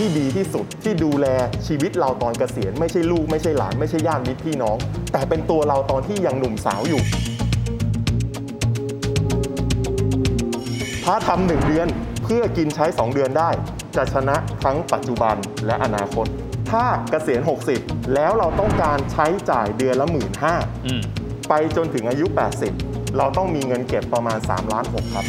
ที่ดีที่สุดที่ดูแลชีวิตเราตอนเกษียณไม่ใช่ลูกไม่ใช่หลานไม่ใช่ญาติมิตรพี่น้อง แต่เป็นตัวเราตอนที่ยังหนุ่มสาวอยู่ ถ้าทำหนึ่งเดือนเพื่อกินใช้ 2 เดือนได้ จะชนะทั้งปัจจุบันและอนาคต ถ้าเกษียณ 60 แล้วเราต้องการใช้จ่ายเดือนละหมื่นห้า อืม ไปจนถึงอายุ 80 เราต้องมีเงินเก็บประมาณ3ล้าน6ครับ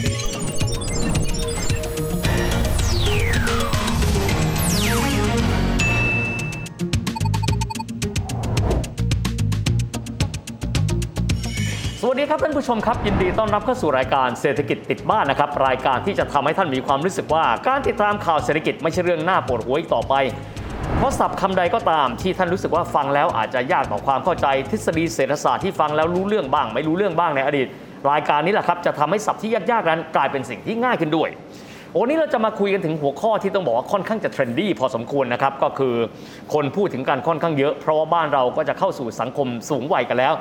สวัสดีครับท่านผู้ชมครับ ยินดีต้อนรับเข้าสู่รายการเศรษฐกิจติดบ้านนะครับ รายการที่จะทำให้ท่านมีความรู้สึกว่า การติดตามข่าวเศรษฐกิจไม่ใช่เรื่องน่าปวดหัวอีกต่อไป เพราะศัพท์คำใดก็ตามที่ท่านรู้สึกว่าฟังแล้วอาจจะยากต่อความเข้าใจ ทฤษฎีเศรษฐศาสตร์ที่ฟังแล้วรู้เรื่องบ้าง ไม่รู้เรื่องบ้างในอดีต รายการนี้แหละครับจะทำให้ศัพท์ที่ยากๆนั้นกลายเป็นสิ่งที่ง่ายขึ้นด้วย โอ้นี่เราจะมาคุยกันถึงหัวข้อที่ต้องบอกว่าค่อนข้างจะเทรนดี้พอสมควรนะครับ ก็คือคนพูดถึงกันค่อนข้างเยอะ เพราะว่าบ้านเราก็จะเข้าสู่สังคมสูงวัยกันแล้ว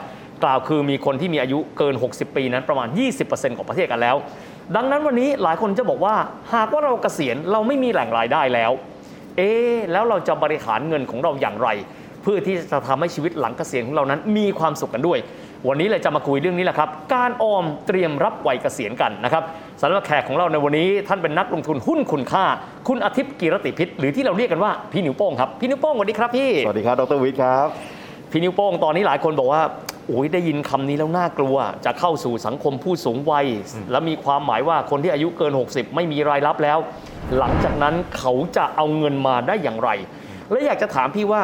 กล่าวคือมีคนที่มีอายุเกิน 60 ปีนั้นประมาณ 20%ของประเทศกันแล้ว ดังนั้นวันนี้หลายคนจะบอกว่า หากว่าเราเกษียณเราไม่มีแหล่งรายได้แล้ว เอ๊ะแล้วเราจะบริหารเงินของเราอย่างไร เพื่อที่จะทำให้ชีวิตหลังเกษียณของเรานั้นมีความสุขกันด้วย วันนี้เลยจะมาคุยเรื่องนี้แหละครับ การออมเตรียมรับวัยเกษียณกันนะครับสำหรับแขกของเราในวันนี้ท่านเป็นนักลงทุนหุ้นคุณค่า คุณอาทิตย์กีรติพิษหรือที่เราเรียกกันว่าพี่นิ้วโป้งครับพี่นิ้วโป้งสวัสดีครับพี่ สวัสดีครับดรวิทย์ครับ พี่นิ้วโป้งตอนนี้หลายคนบอกว่าโอ้ยได้ยินคำนี้แล้วน่ากลัว จะเข้าสู่สังคมผู้สูงวัย และมีความหมายว่าคนที่อายุเกิน 60 ไม่มีรายรับแล้ว หลังจากนั้นเขาจะเอาเงินมาได้อย่างไร และอยากจะถามพี่ว่า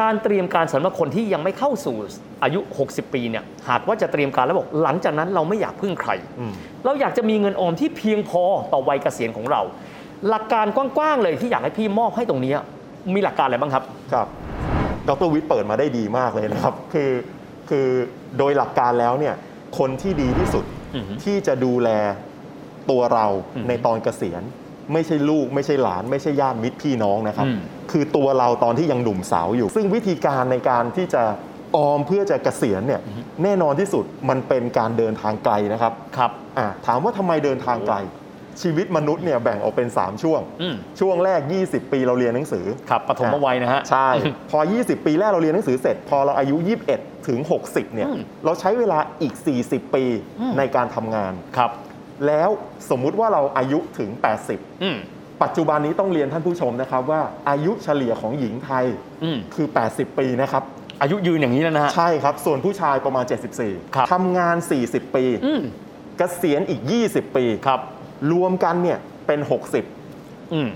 การเตรียมการสำหรับคนที่ยังไม่เข้าสู่อายุ 60 ปีเนี่ยหากว่าจะเตรียมการแล้วบอกหลังจากนั้นเราไม่อยากพึ่งใคร อืม เราอยากจะมีเงินออมที่เพียงพอต่อวัยเกษียณของเรา หลักการกว้างๆเลยที่อยากให้พี่มอบให้ตรงเนี้ยมีหลักการอะไรบ้างครับ ครับดรวิทย์เปิดมาได้ดีมากเลยนะครับ คือคือโดยหลักการแล้วเนี่ยคนที่ดีที่สุด อือฮึ ที่จะดูแลตัวเรา อือฮึ ในตอนเกษียณ ไม่ใช่ลูก ไม่ใช่หลาน ไม่ใช่ญาติมิตรพี่น้องนะครับ อืม คือตัวเราตอนที่ยังหนุ่มสาวอยู่ ซึ่งวิธีการในการที่จะออมเพื่อจะเกษียณเนี่ยแน่นอนที่สุดมันเป็นการเดินทางไกลนะครับ ครับ อ่ะถามว่าทำไมเดินทางไกล ชีวิตมนุษย์เนี่ยแบ่งออกเป็นสามช่วง อืม ช่วงแรก 20 ปีเราเรียนหนังสือ ครับปฐมวัยนะฮะ ใช่ พอ 20 ปีแรกเราเรียนหนังสือเสร็จ พอเราอายุ 21 ถึง 60 เนี่ย อืม เราใช้เวลาอีก 40 ปี อืม ในการทำงาน ครับ แล้วสมมุติว่าเราอายุถึง 80 อืม ปัจจุบันนี้ต้องเรียนท่านผู้ชมนะครับว่าอายุเฉลี่ยของหญิงไทย อืม คือ 80 ปีนะครับ อายุยืนอย่างนี้แล้วนะฮะ ใช่ครับ ส่วนผู้ชายประมาณ ครับ 74 ทำงาน 40 ปี อืม เกษียณอีก 20 ปี ครับ รวมกันเนี่ยเป็น อืม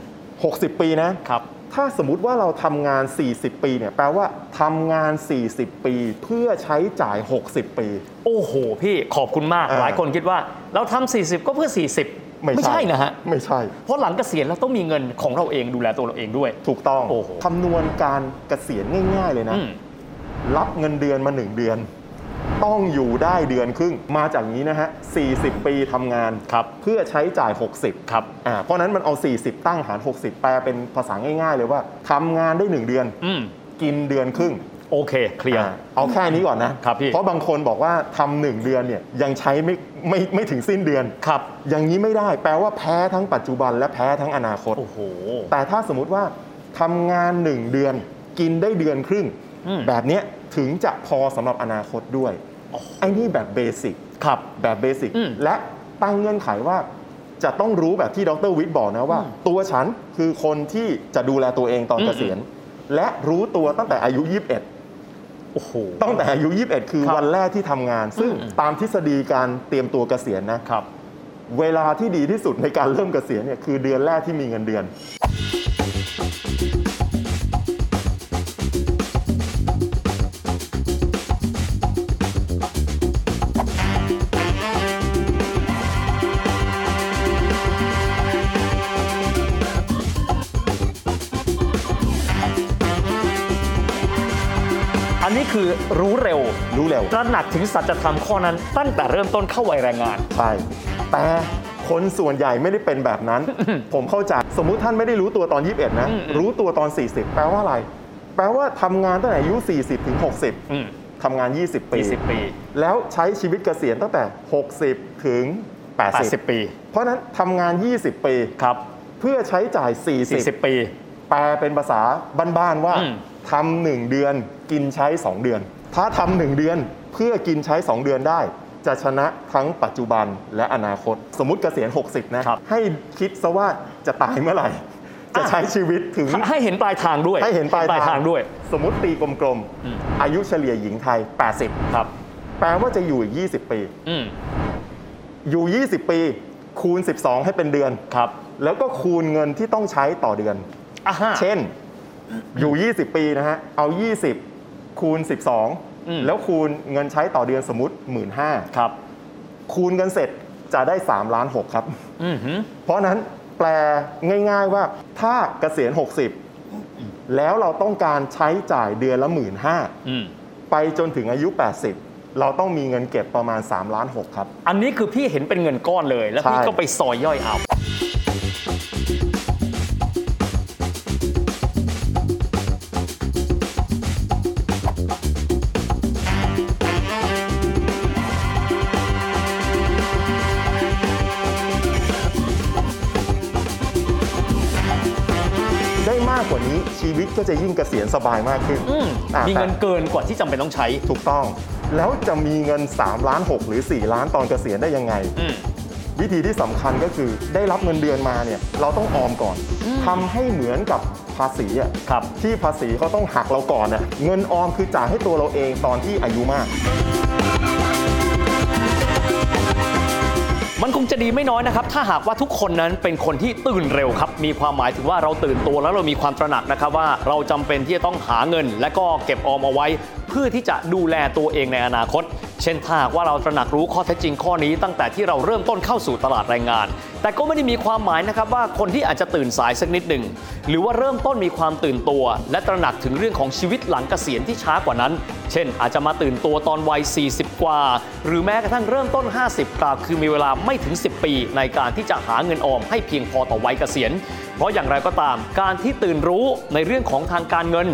60 60 ปีนะ ครับ ถ้าสมมติว่าเราทำงาน 40 ปีเนี่ยแปลว่าทำงาน 40 ปีเพื่อใช้จ่าย 60 ปี โอ้โห พี่ขอบคุณมาก อ่า หลายคนคิดว่าเราทำ40 ก็เพื่อ 40นะฮะ ไม่ใช่ เพราะหลังเกษียณเราต้องมีเงินของเราเองดูแลตัวเราเองด้วย ถูกต้อง โอ้โห คำนวณการเกษียณง่ายๆเลยนะ อืม รับเงินเดือนมา 1 เดือน ต้องอยู่ได้เดือนครึ่ง มาจากนี้นะฮะ 40 ปีทำงาน ครับ เพื่อใช้จ่าย ครับ 60อ่าเพราะนั้นมันเอา 40 ตั้งหาร 60 แปลเป็นภาษาง่ายๆ เลยว่าทำงานได้ 1 เดือน อืม กินเดือนครึ่ง โอเคเคลียร์ อ่าเอาแค่นี้ก่อนนะครับ พี่ เพราะบางคนบอกว่าทำหนึ่งเดือนเนี่ยยังใช้ไม่ไม่ไม่ถึงสิ้นเดือน ครับ อย่างนี้ไม่ได้แปลว่าแพ้ทั้งปัจจุบันและแพ้ทั้งอนาคต โอ้โห แต่ถ้าสมมติว่าทำงานหนึ่งเดือนกินได้เดือนครึ่ง อืม แบบเนี้ยถึงจะพอสำหรับอนาคตด้วยไอ้นี่แบบเบสิก ครับ แบบเบสิก อืม และตั้งเงื่อนไขว่าจะต้องรู้แบบที่ดรวิทย์บอกนะว่า อืม ตัวฉันคือคนที่จะดูแลตัวเองตอน อืม เกษียณและรู้ตัวตั้งแต่อายุ 21 โอ้โห ตั้งแต่อายุ 21 คือ ครับ วันแรกที่ทำงาน ซึ่ง อืม ตามทฤษฎีการเตรียมตัวเกษียณนะ ครับ เวลาที่ดีที่สุดในการเริ่มเกษียณเนี่ยคือเดือนแรกที่มีเงินเดือน อันนี้คือรู้เร็ว รู้เร็ว ตระหนักถึงสัจธรรมข้อนั้น ตั้งแต่เริ่มต้นเข้าวัยแรงงาน ใช่แต่คนส่วนใหญ่ไม่ได้เป็นแบบ นั้น ผมเข้าใจสมมุติท่านไม่ได้รู้ตัวตอน 21 นะ อืมอืม รู้ตัวตอน 40 แปลว่าอะไร แปลว่าทำงานตั้งแต่อายุ 40 ถึง 60 อืม ทำงาน 20 ปี 20 ปี แล้วใช้ชีวิตเกษียณตั้งแต่ 60 ถึง 80 80 ปี เพราะฉะนั้นทำงาน 20 ปี ครับ เพื่อใช้จ่าย 40 40 ปี แปลเป็นภาษาบ้านๆว่า อืม ทำหนึ่งเดือนกินใช้ 2 เดือน ถ้าทำหนึ่งเดือนเพื่อกินใช้ 2 เดือนได้ จะชนะทั้งปัจจุบันและอนาคต สมมติเกษียณ 60 นะ ให้คิดซะว่าจะตายเมื่อไหร่ จะใช้ชีวิตถึง ให้เห็นปลายทางด้วย ให้เห็นปลาย ปลายทางด้วย สมมติตีกลม อืม ๆ อายุเฉลี่ยหญิงไทย ครับ 80 แปลว่าจะอยู่อีก20 ปี อืม อยู่ 20 ปี คูณ 12 ให้เป็นเดือน ครับ แล้วก็คูณเงินที่ต้องใช้ต่อเดือน อ่ะฮะ เช่น อยู่ 20 ปีนะฮะ เอา 20 คูณ อืม 12 แล้วคูณเงินใช้ต่อเดือนสมมติ 1 5ื่น ครับ คูณกันเสร็จจะได้3ล้าน6ครับ อืมหือ เพราะฉะนั้นแปลง่าย ๆว่าถ้าเกษียณ 60 แล้วเราต้องการใช้จ่ายเดือนละหมื่นห้า อืม ไปจนถึงอายุ 80 เราต้องมีเงินเก็บประมาณ3ล้าน6ครับ อันนี้คือพี่เห็นเป็นเงินก้อนเลย แล้วพี่ ใช่ ก็ไปซอยย่อยเอา ได้มากกว่านี้ชีวิตก็จะยิ่งเกษียณสบายมากขึ้น อืม อ่ะ มีเงิน แต่ เกินกว่าที่จำเป็นต้องใช้ ถูกต้อง แล้วจะมีเงิน3ล้าน6หรือ 4 ล้านตอนเกษียณได้ยังไง อืม วิธีที่สำคัญก็คือได้รับเงินเดือนมาเนี่ยเราต้องออมก่อนทำให้เหมือนกับภาษีอะ ครับ ที่ภาษีเขาต้องหักเราก่อนน่ะเงินออมคือจ่ายให้ตัวเราเองตอนที่อายุมาก มันคงจะดีไม่น้อยนะครับ ถ้าหากว่าทุกคนนั้นเป็นคนที่ตื่นเร็วครับ มีความหมายถึงว่าเราตื่นตัวแล้วเรามีความตระหนักนะครับว่าเราจำเป็นที่จะต้องหาเงิน และก็เก็บออมเอาไว้ เพื่อที่จะดูแลตัวเองในอนาคต เช่นถ้าหากว่าเราตระหนักรู้ข้อเท็จจริงข้อนี้ ตั้งแต่ที่เราเริ่มต้นเข้าสู่ตลาดแรงงาน แต่ก็ไม่ได้มีความหมายนะครับว่าคนที่อาจจะตื่นสายสักนิดหนึ่งหรือว่าเริ่มต้นมีความตื่นตัว และตระหนักถึงเรื่องของชีวิตหลังเกษียณที่ช้ากว่านั้น เช่น อาจจะมาตื่นตัวตอนวัย 40 กว่า หรือแม้กระทั่งเริ่มต้น 50กล่าวคือมีเวลาไม่ถึง 10 ปี ในการที่จะหาเงินออมให้เพียงพอต่อวัยเกษียณ เพราะอย่างไรก็ตาม การที่ตื่นรู้ในเรื่องของทางการเงิน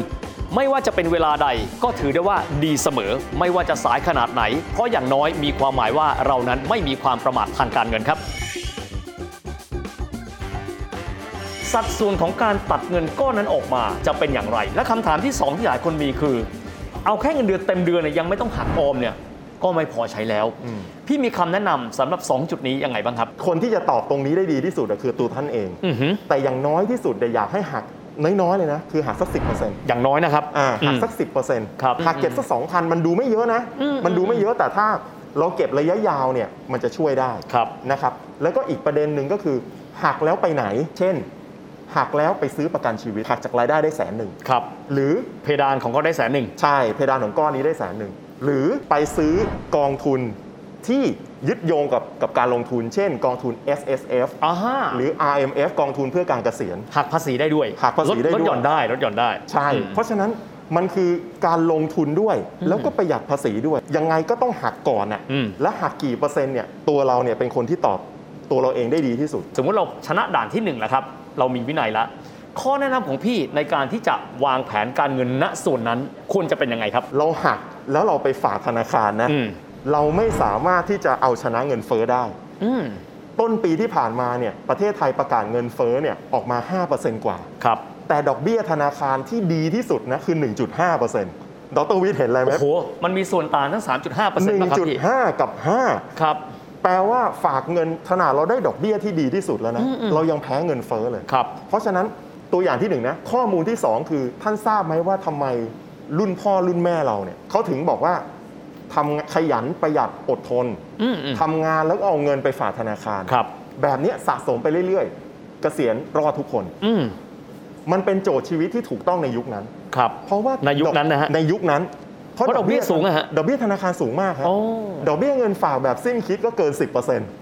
ไม่ว่าจะเป็นเวลาใดก็ถือได้ว่าดีเสมอ ไม่ว่าจะสายขนาดไหน เพราะอย่างน้อยมีความหมายว่าเรานั้นไม่มีความประมาททางการเงินครับ สัดส่วนของการตัดเงินก้อนนั้นออกมาจะเป็นอย่างไร และคำถามที่สองที่หลายคนมีคือ เอาแค่เงินเดือนเต็มเดือนเนี่ยยังไม่ต้องหักออมเนี่ยก็ไม่พอใช้แล้ว อืม พี่มีคำแนะนำสำหรับ 2 จุดนี้ยังไงบ้างครับ คนที่จะตอบตรงนี้ได้ดีที่สุดอะคือตัวท่านเอง อือหือ แต่อย่างน้อยที่สุดเนี่ยอยากให้หักน้อยๆเลยนะ คือหักสักสิบเปอร์เซ็นต์ อย่างน้อยนะครับ หัก อืม สักสิบเปอร์เซ็นต์ ครับ หักเก็บสักสองพันมันดูไม่เยอะนะ อืม มันดูไม่เยอะแต่ถ้าเราเก็บระยะยาวเนี่ยมันจะช่วยได้ ครับ นะครับแล้วก็อีกประเด็นหนึ่งก็คือ หักแล้วไปไหน เช่น หักแล้วไปซื้อประกันชีวิตหักจากรายได้ได้แสนหนึ่ง ครับ หรือ เพดานของก็ได้แสนหนึ่ง ใช่เพดานของก้อนนี้ได้แสนหนึ่งหรือไปซื้อกองทุนที่ยึดโยงกับกับการลงทุน เช่น กองทุน S S F อ่าฮะ หรือ R M F กองทุนเพื่อการเกษียณ หักภาษีได้ด้วย หักภาษีได้ ลลด ด้วย หย่อนได้ลดหย่อนได้ ใช่ อืม เพราะฉะนั้นมันคือการลงทุนด้วย แล้วก็ประหยัดภาษีด้วย ยังไงก็ต้องหักก่อนน่ะ อืม และหักกี่เปอร์เซ็นต์เนี่ยตัวเราเนี่ยเป็นคนที่ตอบตัวเราเองได้ดีที่สุด สมมุติเราชนะด่านที่1แล้วครับ เรามีวินัยละ ข้อแนะนำของพี่ในการที่จะวางแผนการเงินณส่วนนั้นควรจะเป็นยังไงครับ เราหักแล้วเราไปฝากธนาคารนะ อืม เราไม่สามารถที่จะเอาชนะเงินเฟ้อได้ อืม ต้นปีที่ผ่านมาเนี่ยประเทศไทยประกาศเงินเฟ้อเนี่ยออกมา 5%กว่า ครับ แต่ดอกเบี้ยธนาคารที่ดีที่สุดนะคือ 1.5%ดรวิทย์เห็นอะไรไหม โอ้โหมันมีส่วนต่างทั้ง 3.5เปอร์เซ็นต์นะครับพี่ 1.5 กับ ครับ 5 แปลว่าฝากเงินขนาดเราได้ดอกเบี้ยที่ดีที่สุดแล้วนะ อืมอืม เรายังแพ้เงินเฟ้อเลย ครับ เพราะฉะนั้นตัวอย่างที่หนึ่งนะข้อมูลที่สองคือท่านทราบไหมว่าทำไมรุ่นพ่อรุ่นแม่เราเนี่ยเขาถึงบอกว่าทำงานขยันประหยัดอดทน อืมอืม ทำงานแล้วก็เอาเงินไปฝากธนาคาร ครับ แบบเนี้ยสะสมไปเรื่อยๆ เกษียณรอดทุกคน อืม มันเป็นโจทย์ชีวิตที่ถูกต้องในยุคนั้น ครับ เพราะว่า ในยุคนั้นนะฮะ ในยุคนั้น เพราะดอกเบี้ยสูงอะฮะ ดอกเบี้ยธนาคารสูงมากครับ โอ้ ดอกเบี้ยเงินฝากแบบสิ้นคิดก็เกิน 10%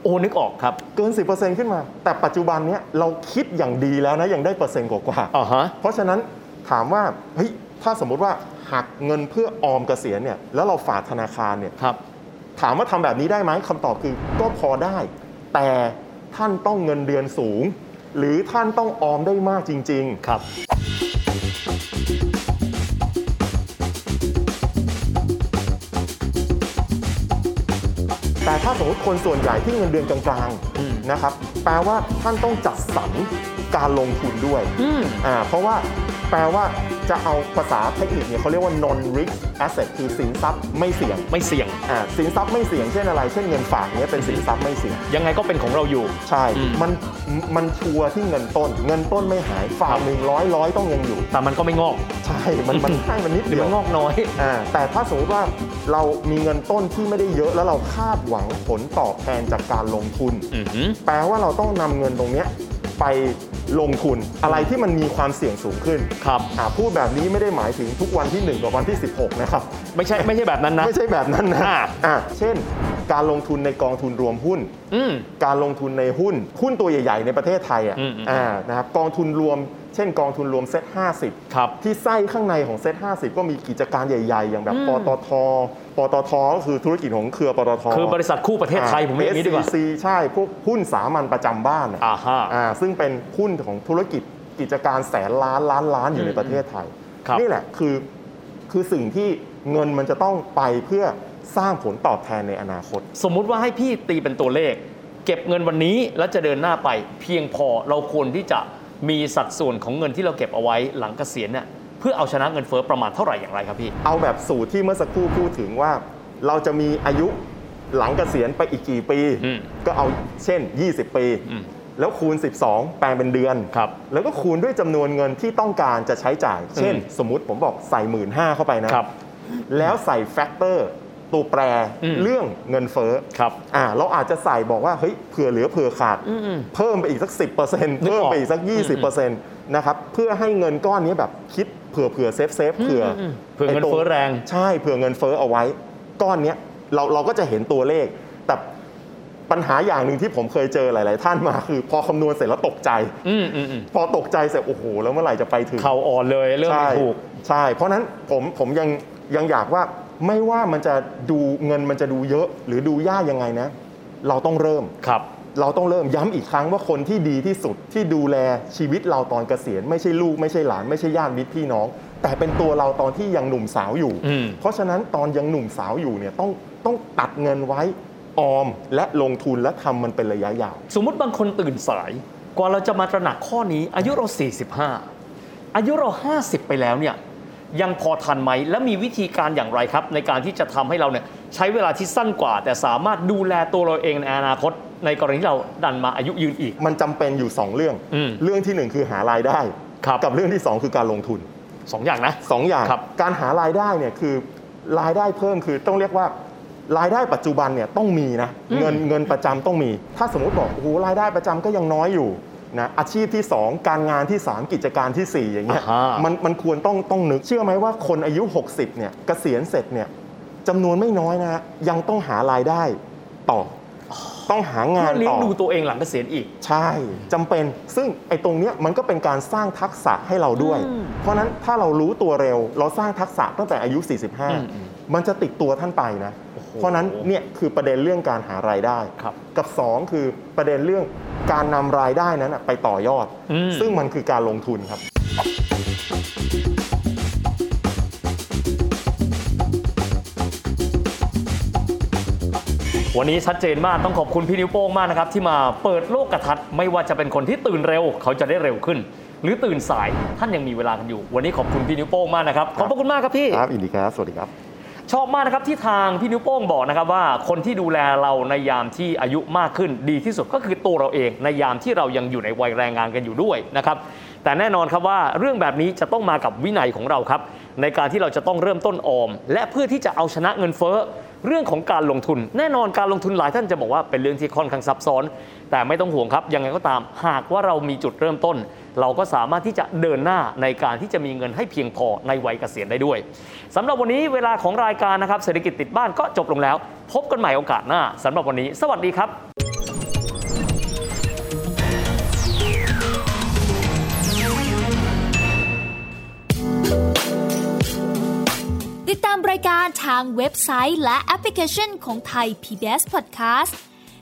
โอ้นึกออกครับ เกิน 10%ขึ้นมา แต่ปัจจุบันเนี้ยเราคิดอย่างดีแล้วนะยังได้เปอร์เซ็นต์กว่าๆ อ่าฮะ เพราะฉะนั้นถามว่าเฮ้ยถ้าสมมุติว่าหักเงินเพื่อออมเกษียณเนี่ยแล้วเราฝากธนาคารเนี่ย ครับ ถามว่าทำแบบนี้ได้ไหมคำตอบคือก็พอได้ แต่ท่านต้องเงินเดือนสูง หรือท่านต้องออมได้มากจริง ครับ ๆ แต่ถ้าส มมติคนส่วนใหญ่ที่เงินเดือนกลาง อืม ๆนะครับแปลว่าท่านต้องจัดสรรการลงทุนด้วย อืม อ่าเพราะว่าแปลว่าจะเอาภาษาเทคนิคเนี่ยเขาเรียกว่า non risk asset คือสินทรัพย์ไม่เสี่ยง ไม่เสี่ยง อ่าสินทรัพย์ไม่เสี่ยงเช่นอะไร เช่นเงินฝากเนี่ยเป็นสินทรัพย์ไม่เสี่ยง ยังไงก็เป็นของเราอยู่ ใช่ อืม มันมันชัวร์ที่เงินต้น เงินต้นไม่หายฝากหนึ่งร้อยร้อยต้องยังอยู่ แต่มันก็ไม่งอก ใช่มันมันให้มันนิด หรือ เดีย มั วน งอกน้อย อ่าแต่ถ้าสมมติว่าเรามีเงินต้นที่ไม่ได้เยอะแล้วเราคาดหวังผลตอบแทนจากการลงทุน อือหือ แปลว่าเราต้องนำเงินตรงเนี้ยไปลงทุนอะไรที่มันมีความเสี่ยงสูงขึ้น ครับ อ่าพูดแบบนี้ไม่ได้หมายถึงทุกวันที่ 1 กับวันที่ 16 นะครับ ไม่ใช่ไม่ใช่แบบนั้นนะ ไม่ใช่แบบนั้นนะ อ่า อ่าเช่น การลงทุนในกองทุนรวมหุ้น อืม การลงทุนในหุ้น หุ้นตัวใหญ่ ๆ ในประเทศไทยอ่ะ อืมอืม อ่านะครับกองทุนรวม เช่น กองทุนรวมเซ็ต50 ครับ ที่ไส้ข้างในของเซ็ต50 ก็มีกิจการใหญ่ ๆ อย่างแบบ อืม ปตทปตทก็คือธุรกิจของเครือปตท คือบริษัทคู่ประเทศไทยผมเรียกอย่างนี้ดีกว่า อ่ SCC ใช่พวกหุ้นสามัญประจำบ้านอ่ะ อ่าฮะ อ่าซึ่งเป็นหุ้นของธุรกิจกิจการแสนล้านล้านล้านอ อื ยู่ ม ในประเทศไทย ครับ นี่แหละคือคือสิ่งที่เงินมันจะต้องไปเพื่อสร้างผลตอบแทนในอนาคต สมมุติว่าให้พี่ตีเป็นตัวเลข เก็บเงินวันนี้แล้วจะเดินหน้าไป เพียงพอเราควรที่จะมีสัดส่วนของเงินที่เราเก็บเอาไว้หลังเกษียณเนี่ยเพื่อเอาชนะเงินเฟ้อประมาณเท่าไหร่อย่างไรครับพี่ เอาแบบสูตรที่เมื่อสักครู่พูดถึงว่า เราจะมีอายุหลังเกษียณไปอีกกี่ปี อืม ก็เอาเช่น 20 ปี อืม แล้วคูณ 12 แปลงเป็นเดือน ครับ แล้วก็คูณด้วยจำนวนเงินที่ต้องการจะใช้จ่าย เช่น อืม สมมติผมบอกใส่หมื่นห้าเข้าไปนะ ครับ แล้วใส่แฟกเตอร์ตัวแปร อืม เรื่องเงินเฟ้อ ครับ อ่าเราอาจจะใส่บอกว่าเฮ้ยเผื่อเหลือเผื่อขาด อืม เพิ่มไปอีกสัก 10% นึกออก เพิ่มไปอีกสัก อืมอื 20%นะครับเพื่อให้เงินก้อนนี้แบบคิดเผื่อเผื่อเซฟเซฟเผื่อ มอืมเผื่อเงิน ไต เฟ้อแรง ใช่เผื่อเงินเฟ้อเอาไว้ ก้อนเนี้ยเราเราก็จะเห็นตัวเลข แต่ปัญหาอย่างหนึ่งที่ผมเคยเจอหลาย ๆ ท่านมาคือ พอคำนวณเสร็จแล้วตกใจ อืมอืมอืม พอตกใจเสร็จโอ้โหแล้วเมื่อไหร่จะไปถึง เข่าอ่อนเลยเริ่มไม่ถูก ใช่ เพราะฉะนั้นผมผมยังยังอยากว่าไม่ว่ามันจะดูเงินมันจะดูเยอะ หรือดูยากยังไงนะ เราต้องเริ่ม ครับ เราต้องเริ่มย้ำอีกครั้งว่าคนที่ดีที่สุดที่ดูแลชีวิตเราตอนเกษียณ ไม่ใช่ลูกไม่ใช่หลานไม่ใช่ญาติมิตรพี่น้อง แต่เป็นตัวเราตอนที่ยังหนุ่มสาวอยู่ อืม เพราะฉะนั้นตอนยังหนุ่มสาวอยู่เนี่ยต้องต้องตัดเงินไว้ออมและลงทุนและทำมันเป็นระยะยาว สมมุติบางคนตื่นสาย กว่าเราจะมาตระหนักข้อนี้ อายุเรา 45 อายุเรา 50 ไปแล้วเนี่ยยังพอทันไหม และมีวิธีการอย่างไรครับ ในการที่จะทำให้เราเนี่ยใช้เวลาที่สั้นกว่า แต่สามารถดูแลตัวเราเองในอนาคต ในกรณีที่เราดันมาอายุยืนอีก มันจำเป็นอยู่สองเรื่อง อืม เรื่องที่หนึ่งคือหารายได้ ครับ กับเรื่องที่สองคือการลงทุน สองอย่างนะ สองอย่าง ครับ การหารายได้เนี่ยคือรายได้เพิ่มคือต้องเรียกว่า รายได้ปัจจุบันเนี่ยต้องมีนะเงินเงินประจำต้องมี ถ้าสมมติบอกโอ้โหรายได้ประจำก็ยังน้อยอยู่นะอาชีพที่ 2 การงานที่ 3 กิจการทีสี่4 อย่างเงี้ย อ่าฮะ มันมันควรต้องต้องนึกเชื่อไหมว่าคนอายุ 60เนี่ยเกษียณเสร็จเนี่ยจำนวนไม่น้อยนะฮะยังต้องหารายได้ต่อ ต้องหางา เพื่ น อเลี้ย ต่ ง อ ดูตัวเองหลังเกษียณอีก ใช่จำเป็นซึ่งไอ้ตรงเนี้ยมันก็เป็นการสร้างทักษะให้เราด้วย อืม เพราะฉะนั้นถ้าเรารู้ตัวเร็ว เราสร้างทักษะตั้งแต่อายุ อืม 45 มันจะติดตัวท่านไปนะ โอ้โห เพราะฉะนั้นเนี่ยคือประเด็นเรื่องการหารายได้ ครับ กับ 2 คือประเด็นเรื่องการนำรายได้นั้นนะไปต่อยอด อืม ซึ่งมันคือการลงทุนครับ วันนี้ชัดเจนมากต้องขอบคุณพี่นิ้วโป้งมากนะครับ ที่มาเปิดโลกกระทัดไม่ว่าจะเป็นคนที่ตื่นเร็ว เขาจะได้เร็วขึ้น หรือตื่นสายท่านยังมีเวลากันอยู่ วันนี้ขอบคุณพี่นิ้วโป้งมากนะครับ ขอบพระคุณมากครับพี่ ครับอินดีครับสวัสดีครับ ชอบมากนะครับที่ทางพี่นิ้วโป้งบอกนะครับว่าคนที่ดูแลเราในยามที่อายุมากขึ้นดีที่สุดก็คือตัวเราเองในยามที่เรายังอยู่ในวัยแรงงานกันอยู่ด้วยนะครับแต่แน่นอนครับว่าเรื่องแบบนี้จะต้องมากับวินัยของเราครับ ในการที่เราจะต้องเริ่มต้นออม และเพื่อที่จะเอาชนะเงินเฟ้อ เรื่องของการลงทุน แน่นอนการลงทุนหลายท่านจะบอกว่าเป็นเรื่องที่ค่อนข้างซับซ้อน แต่ไม่ต้องห่วงครับยังไงก็ตาม หากว่าเรามีจุดเริ่มต้น เราก็สามารถที่จะเดินหน้าในการที่จะมีเงินให้เพียงพอในวัยเกษียณได้ด้วยสำหรับวันนี้เวลาของรายการนะครับเศรษฐกิจติดบ้านก็จบลงแล้ว พบกันใหม่โอกาสหน้าสำหรับวันนี้ สวัสดีครับ ติดตามรายการทางเว็บไซต์และแอปพลิเคชันของไทย PBS Podcast